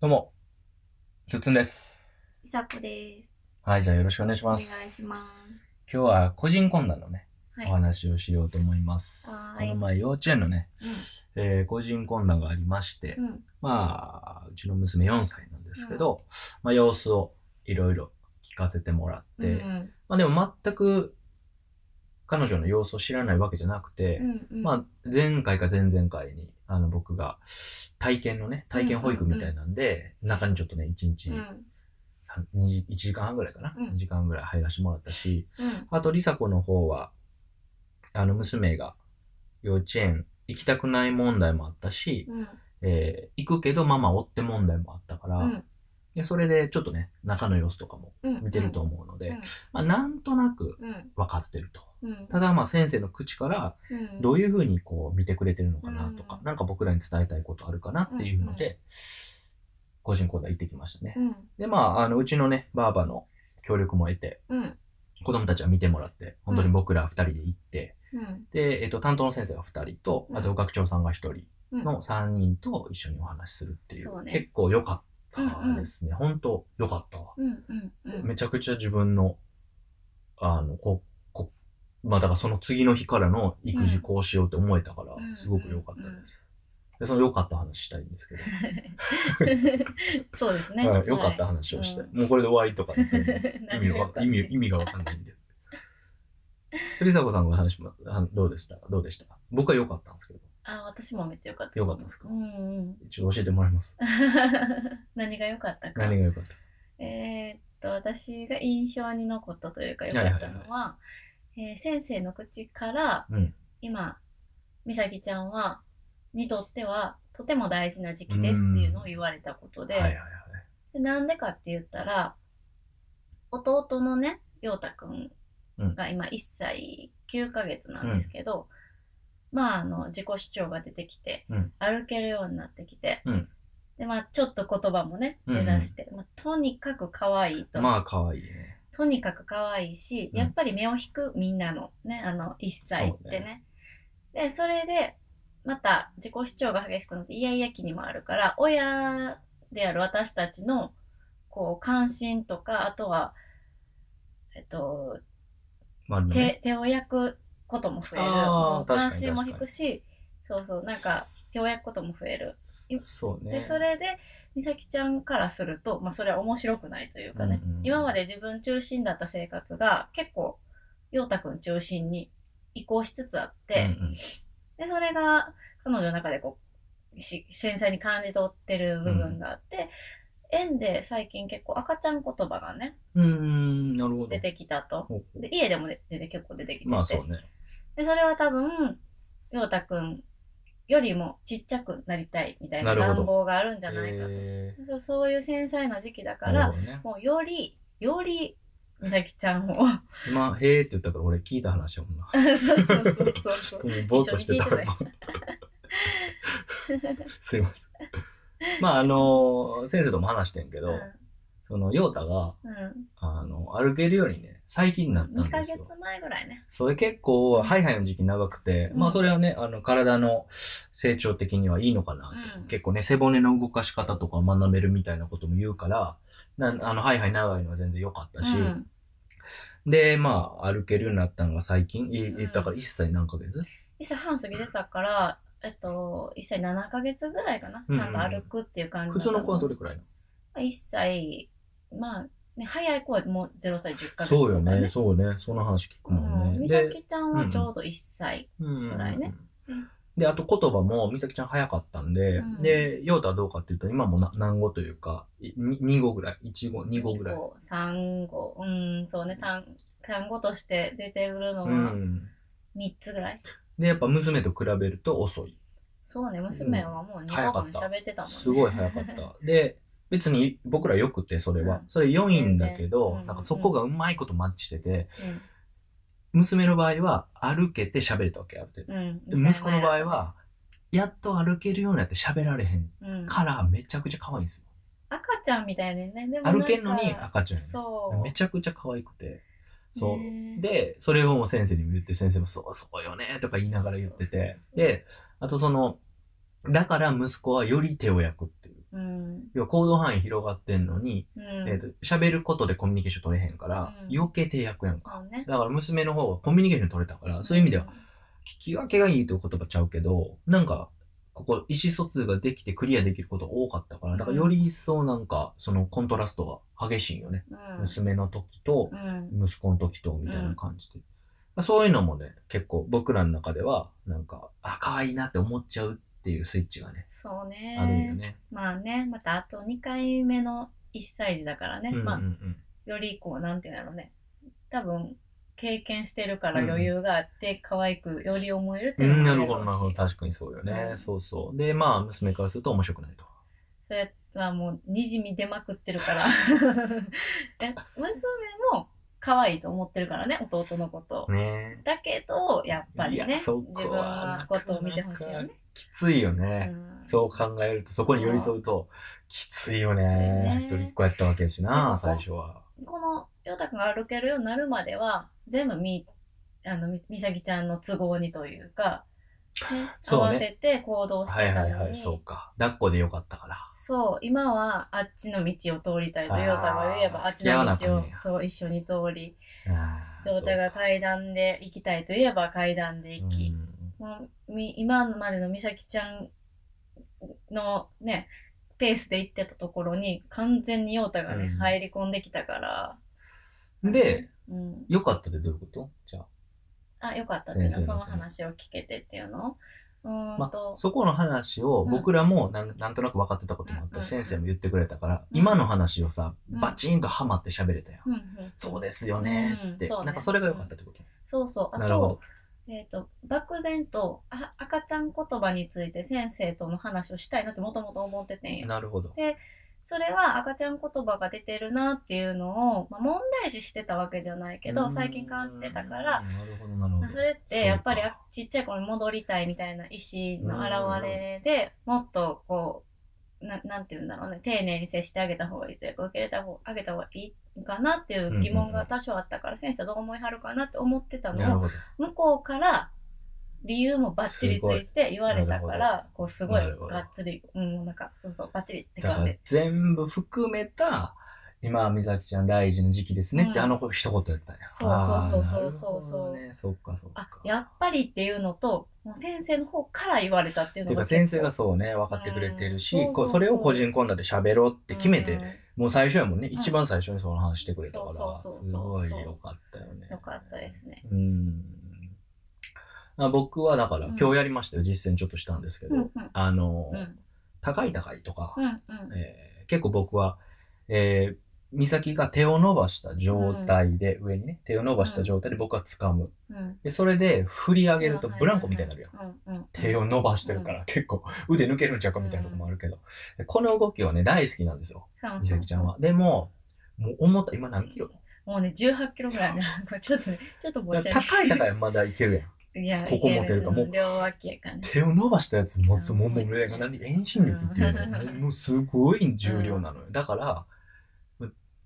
どうも、ずっつんです。いさこです。はい、じゃあよろしくお願いしおま願いす。しま今日は個人懇談のね、す。おは話をしようと思います。はこーいの前、幼稚園のね、えー個人懇談がありまして、い。うん。まあ、うちの娘4歳なんですけど、まあ、様子をいろいろ聞かせてもらって、うんまあでも全く彼女の様子を知らないわけじゃなくて、うんうん。まあ、前回か前々回に、あの、僕が、体験のね、体験保育みたいなんで、中にちょっとね、1日うん。うん。さんに1時間半ぐらいかな、うん2時間ぐらい入らせてもらったしあと梨紗子の方はあの娘が幼稚園行きたくない問題もあったし、うん。えー行くけどママ追って問題もあったから、うん。でそれでちょっとね中の様子とかもうん。見てると思うので、うんまあ、なんとなくうん。分かってると。うん。ただまあ先生の口からうん。どういうふうにこう見てくれてるのかなとか、うんなんか僕らに伝えたいことあるかなっていうので、う個人講座行ってきましたね。うん。で、まあ、あの、うちのね、ばあばの協力も得て、うん。子供たちは見てもらって、本当に僕ら二人で行って、うん。で、えっと、担当の先生が二人と、うんあと、学長さんが一人うんの三人と一緒にお話しするっていそうう、ね結構良かったですね。本当良かったわ。うん。うん。うん。めちゃくちゃ自分の、あの、こ、こ、まあ、だからその次の日からの育児こうしようって思えたかうら、んすごく良かったです。で、その良かった話したいんですけど、 そうですね。はい良かった話をしてう、んもうこれで終わりとかだったらね意味何ががよわかかった意味意味がわかんないんで。りさこさんの話もあどうでしたどうでした僕は良かったんですけど、あ、私もめっちゃ良かった。良かったですかうんうん。 一応教えてもらいます。何が良かったか。何が良かったえーっと私が印象に残ったというか良かったのは、えー先生の口から、うん今美咲ちゃんはにとってはとても大事な時期ですっていうのを言われたことで,、はいはいはい。でなんでかって言ったら弟のね陽太くんが今1歳9ヶ月なんですけど、まああの自己主張が出てきて、うん歩けるようになってきて、うんでまあちょっと言葉もねうんう出んだして、まあ、とにかく可愛いと、まあ、可愛いね。とにかく可愛いし、うんやっぱり目を引くみんなのねあの1歳ってねでそれでまた自己主張が激しくなってイヤイヤ期にもあるから親である私たちのこう関心とかあとは、えっと、まあ、ね、手手を焼くことも増えるあーもう確かに関心も引くしそうそうなんか手を焼くことも増える、手そうね。でそれで美咲ちゃんからすると、まあ、それは面白くないというかね、うんうん今まで自分中心だった生活が結構陽太くん中心に移行しつつあっうんうて、んでそれが彼女の中でこうし繊細に感じ取ってる部分があって、園で最近結構赤ちゃん言葉がねうーん、なるほど出。てきたとほうほうで家でも出て結構出てきてて、まあ、そうね。でそれは多分陽太くんよりもちっちゃくなりたいみたいななるほど願望があるんじゃないかと、えーそうそういう繊細な時期だかならるほどね。もうよりより美咲ちゃ んを今、へえって言ったから、俺聞いた話をもんな。そうそう そうそうそうもうぼーっとしてた一緒に聞いてない。 すいません。まあ、あの先生とも話してんけど、その、陽太が、うんあの、歩けるようにね、最近になっうん、たん2ヶですよ。月前ぐらいね。それ結構、ハイハイの時期長くて、うんまあそれはね、あの、体の成長的にはいいのかなと。うん結構ね、背骨の動かし方とか学べるみたいなことも言うから、なあの、ハイハイ長いのは全然良かったし、うん、で、まあ、歩けるようになったのが最近、いうんだから1歳何ヶ月1歳半過ぎてたから、えっと、1歳7ヶ月ぐらいかな。ちゃんと歩くっていう感じ普通の子はどれれくらいの ?1 歳、まあ、ね、早い子はもう0歳10ヶ月とか、ね。そうよね、そうね、その話聞くもんうんね。美で、咲ちゃんはちょうど1歳。ぐらいね。うんで、あと言葉も、美咲ちゃん早かったんで、うんで、ヨータはどうかっていうと、今もな何語というか、いに2語ぐらい、1語、2語ぐらい。 3語。うん、そうね。単単語として出てくるのうはん。 3つぐらい。で、やっぱ娘と比べると遅い。そうね、娘はもう2個分喋ってたもんね。すごい早かった。で、別に僕らよくて、それは。うんそれ良いんだけ全ど、然なんかそこがうまいことマッチしてて、うん娘の場合は歩けて喋れたわけ、ある程度。うん、で息子の場合は、やっと歩けるようになって喋られへんうん、から、めちゃくちゃ可愛いんですよ。赤ちゃんみたいでねでもなんか歩けんのに赤ちゃんやね。そうめちゃくちゃ可愛くて。そう。ねえで、それをもう先生にも言って、先生もそうそうよねとか言いながら言ってそうそうてそう。そうで、あとその、だから息子はより手を焼くっていう。うんうん要は行動範囲広がってんのに、うんえっと、喋ることでコミュニケーション取れへんから、うん余計定約やんか。そうねだから娘の方がコミュニケーション取れたから、そういう意味では、聞き分けがいいという言葉ちゃうけど、なんか、ここ意思疎通ができてクリアできることが多かったから、だからより一層なんか、そのコントラストが激しいよね。うん娘の時と、うん息子の時と、みたいな感じで。そういうのもね、結構僕らの中では、なんか、あ、可愛いなって思っちゃうっていうスイッチがね、そうあるんよねね。まあねまたあと2回目の1歳児だからね、うんうんまうんあよりこうなんていうんだろうね多分経験してるから余裕があって、可愛くより思えるってう、いうんなのもるほあど、なるだるろほうど。し確かにそうよね。うんそうそう。で、まあ、娘からすると面白くないと。それはもうにじみ出まくってるから え娘も可愛いと思ってるからね弟のことを、ねだけどやっぱりいやねそこは自分のことを見てほしいよなね、きついよね。うんそう考えると、そこに寄り添うと、きついよね。きつ一いね人っ子やったわけやしでもこな、う最初は。このヨタくんが歩けるようになるまでは全部みあのみみさきちゃんの都合にというか、ね そう合ねわせて行動しはていたはいのはにい、そうか。抱っこでよかったから。そう今はあっちの道を通りたいとあーヨタが言えばあっち付き合わなのあかん道ねをやそう一緒に通りあーヨタがそうか階段で行きたいと言えば階段で行き、うんもうみ今までのみさきちゃんのねペースで行ってたところに完全にヨタがね、うん入り込んできたから、で、うん、よかったってどういうことじゃあ、よかったっていう先生ののは、その話を聞けてっていうのうーあ、んまあと、、そこの話をうん僕らもなんなんとなく分かってたこともあっうんたうんし、先生も言ってくれたから、うん今の話をさ、うんバチンとハマって喋れたよ。うんうん、そうですよねって、うんそうねなんかそれが良かったってこと。そうそう。あなるほどと、えっ、と、漠然とあ赤ちゃん言葉について先生との話をしたいなってもともと思っててんよ。なるほど。それは赤ちゃん言葉が出てるなっていうのを、まあ、問題視してたわけじゃないけど、最近感じてたから、うん、なるほどなるほど。それってやっぱりそうあかちっちゃい頃に戻りたいみたいな意思の表れでもっとこうななんて言うんだろうね丁寧に接してあげた方がいいというか受け入れた方あげた方がいいかなっていう疑問が多少あったから、先生はどう思いはるかなって思ってたなるのをほど。向こうから理由もバッチリついて言われたかなるらこうすごいなるほどがっつりうんなんかそうそうバッチリってだか感らじ。全部含めた今は美咲ちゃん大事な時期ですねって、うんあの子一言やったんやそうそうそうそうそうあーなるほどねそうかそうあかやっぱりっていうのともう先生の方から言われたっていうてのいうかが先生がそうね分かってくれてるし、うんそうそうそうこうそれを個人コンタで喋ろうって決めて、うんもう最初やもんね、ん一番最初にその話してくれたからそうそうそうすそうごい良かったよねよかったですね。うんあ僕はだから、うん今日やりましたよ実践ちょっとしたんですけど、うんうんあの、うん高い高いとか、うんうんえー結構僕は、えー、美咲が手を伸ばした状態で、上にね手を伸ばした状態で僕は掴むうんでそれで振り上げるとうんブランコみたいになるやん、うんうん、手を伸ばしてるから結構腕抜けるんちゃうかみたいなとこもあるけど、でこの動きはね大好きなんですようん美咲ちゃんは、でももう思った今何キロもうね18キロぐらいね これちょっとねちょっとぼっちゃり高い高いはまだいける やんいやここ持てるかもういけ両脇やからね手を伸ばしたやつ持つうんももうね何遠心力っていうのうんもうすごい重量なのよだから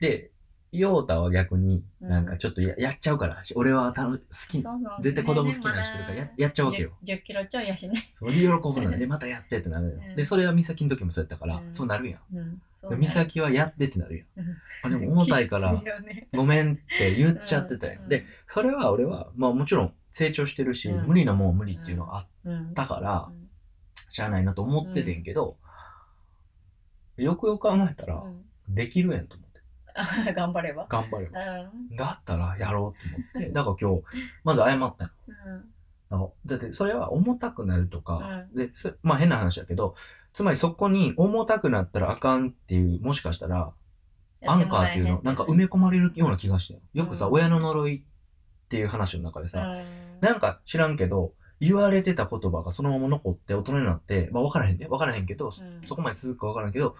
で陽太は逆になんかちょっとややっちゃうから俺は楽好きそうそう絶対子供好きなのしてるからややっちゃうわけよ10 10キロちょいやしね、 それで喜ぶのよでまたやってってなるのようんでそれは美咲の時もそうやったからうんそうなるやんうん、そうでね美咲はやってってなるやうんんあでも重たいから きつよねごめんって言っちゃってたやうんんでそれは俺はまあもちろん成長してるしうん無理なもんは無理っていうのがあっうんたからうんしゃあないなと思っててんけど、よくよく考えたら、うんできるやんと思って。あ 頑張れば頑張れば。うんだったらやろうと思って。だから今日、まず謝ったうんの。だってそれは重たくなるとか、うでそまあ変な話だけど、つまりそこに重たくなったらあかんっていう、もしかしたら、アンカーっていうの、なんか埋め込まれるような気がしてよくさ、うん親の呪いっていう話の中でさ、うんなんか知らんけど、言われてた言葉がそのまま残って大人になって、まあ分からへんで、分からへんけど、うんそこまで続くか分からんけど、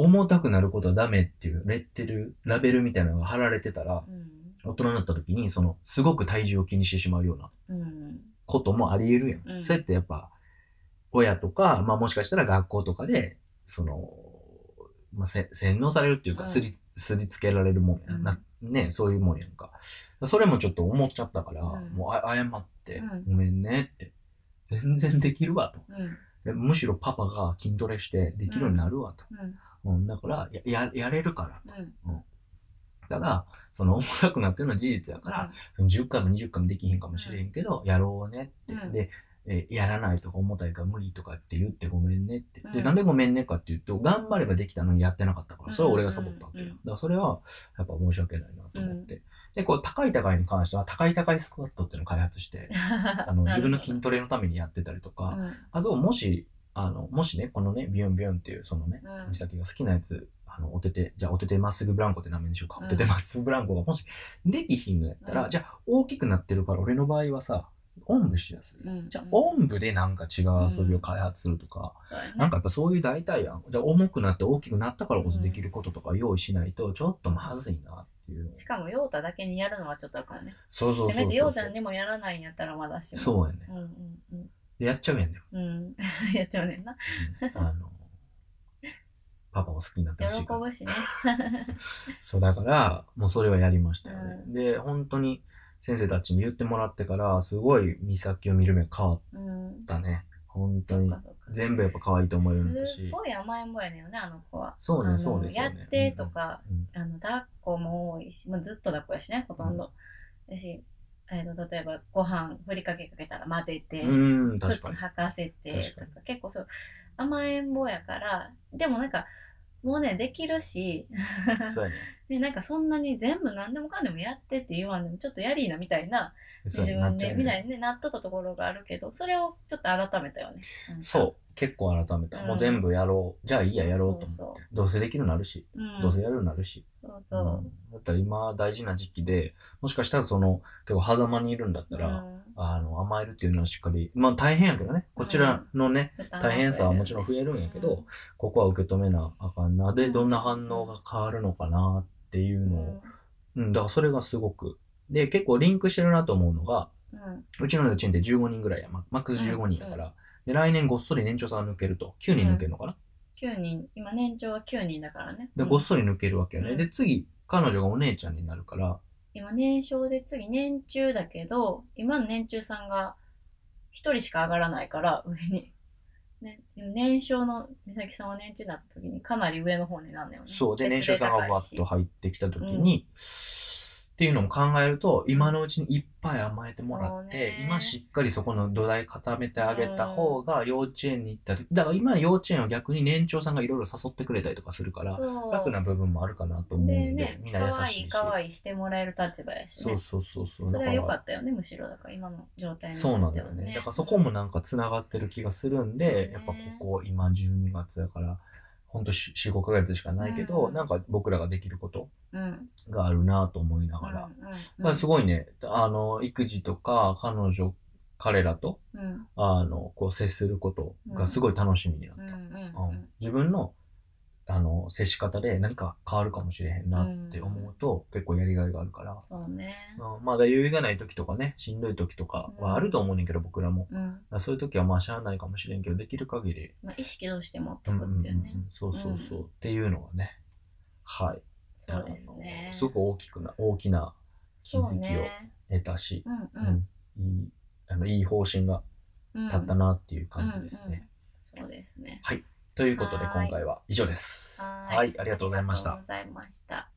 重たくなることはダメっていうレッテル、ラベルみたいなのが貼られてたら、うん大人になった時に、その、すごく体重を気にしてしまうようなうんこともあり得るやん。うんそうやってやっぱ、親とか、まあもしかしたら学校とかで、その、まあ、せ洗脳されるっていううか、んすり、すりつけられるもんや、うんな。ね、そういうもんやんか。それもちょっと思っちゃったから、うんもうあ謝って、うんごめんねって、全然できるわと。うんでむしろパパが筋トレしてできるようになるわと。ううんん、だからやや、やれるから。うんただ、その重たくなってるのは事実やから、その10回も20回もできへんかもしれへんけど、やろうねって。うんで、えーやらないとか重たいから無理とかって言ってごめんねって。うんで、なんでごめんねかっていうと、頑張ればできたのにやってなかったから、それは俺がサボったわけよ。うんだうんからそれは、やっぱ申し訳ないなと思って。で、こう、高い高いに関しては、高い高いスクワットっていうのを開発して、あの、自分の筋トレのためにやってたりとか、うんあと、もし、あの、もしね、このね、ビヨンビヨンっていう、そのね、うん美咲が好きなやつ、あの、おてて、じゃあ、おててまっすぐブランコって名前にしようか。うんおててまっすぐブランコがもし、できひんのやったら、うんじゃあ、大きくなってるから、俺の場合はさ、おんぶしやすい。うんじゃあ、うんおんぶでなんか違う遊びを開発するとか、そうやねなんかやっぱそういう代替案、じゃあ、重くなって大きくなったからこそできることとか用意しないと、ちょっとまずいなっていう。しかも、ヨータだけにやるのはちょっとあかんね。そうそうそうそう。せめてヨータにもやらないんやったらまだしも。そうやね。うんうんうん。でやっちゃうやんね。うん。やっちゃうねんな。うんあの、パパを好きになって喜ほしいから。ぶしね。そうだから、もうそれはやりましたよね。で、本当に先生たちに言ってもらってから、すごい美咲を見る目変わっうん。たね。本当そっにか。そっか。全部やっぱ可愛いと思えるようになったすっし。ごい甘えん坊やねんよね、あの子は。そうあのね、そうですやよね。ってとか、うん。うんあの抱っこも多いし、もうずっと抱っこやしね、ほとんど。だし、えーと例えばご飯ふりかけかけたら混ぜて、うん、うんこっ確ちかに に。履かせて確とかかに結構そう甘えん坊やからでもなんかもうねできるし そうやね。でなんかそんなに全部何でもかんでもやってって言わんでもちょっとやりーなみたいなそ自うやね。な分っちゃでうみたね。いにねなっとったところがあるけどそれをちょっと改めたよねそう。結構改めた。もう全部やろう。じゃあいいや、やろうとそう思っそて。どうせできるようになるし、うん、どうせそうやるようになるし。そんう、だったら今大事な時期で、もしかしたらその、結構狭間にいるんだったら、うんあの甘えるっていうのはしっかり、まあ大変やけどね、こちらのね、負担が増える大変さはもちろん増えるんやけど、うんここは受け止めなあかんな。で、うんどんな反応が変わるのかなっていうのを、うん、だからそれがすごく。で、結構リンクしてるなと思うのが、うんうんうちの幼稚園って15人ぐらいや、ママックス15人やから、で、来年ごっそり年長さんが抜けると、9人抜けるのかな、 9人今年長は9人だからねで、うんごっそり抜けるわけよね。うんで、次、彼女がお姉ちゃんになるから、今年少で次年中だけど今の年中さんが一人しか上がらないから上に、ね、でも年少の美咲さんは年中になった時にかなり上の方になんだよねそう、で、年別収さんが高いわっしと入ってきたときに、っていうのも考えると、今のうちにいっぱい甘えてもらっそうてね、今しっかりそこの土台固めてあげた方が、幼稚園に行った時、だから今幼稚園は逆に年長さんがいろいろ誘ってくれたりとかするから、そう楽な部分もあるかなと思うんでで、ねみんな可優愛しいいし。可愛いしてもらえる立場やしそねうそうそうそう。それは良だからったよねむしろだから今の状態にとってそはうなんだよね。だからそこもなんかつながってる気がするんそうで、ねやっぱここ今12月だから、ほんと4、5ヶ月しかないけど、うんなんか僕らができること、うんうんがあるなと思いながら。だからすごいね、あの、育児とか、彼女、彼らと、うんうんあの、こう接することがすごい楽しみになっうた。んうんうん自分の、あの、接し方で何か変わるかもしれへんなって思うと、結構やりがいがあるから。そうねうんまだ余裕がない時とかね、しんどい時とかはあると思うねんけど、僕らも。うだんからそういう時はまあしゃあないかもしれんけど、できる限り、まあ意識どうして持うっとんうくっんていうねうんそうそうそう、っていうのはね、はい。そうですねあのすごく大きくな、大きな気づきをそうね得たし、うんううんんいいあのいい方針が立ったなっていう感じですね。うんうんそうですね。ということではーい今回は以上です。はーいはい、ありがとうございましたありがとう。ございました。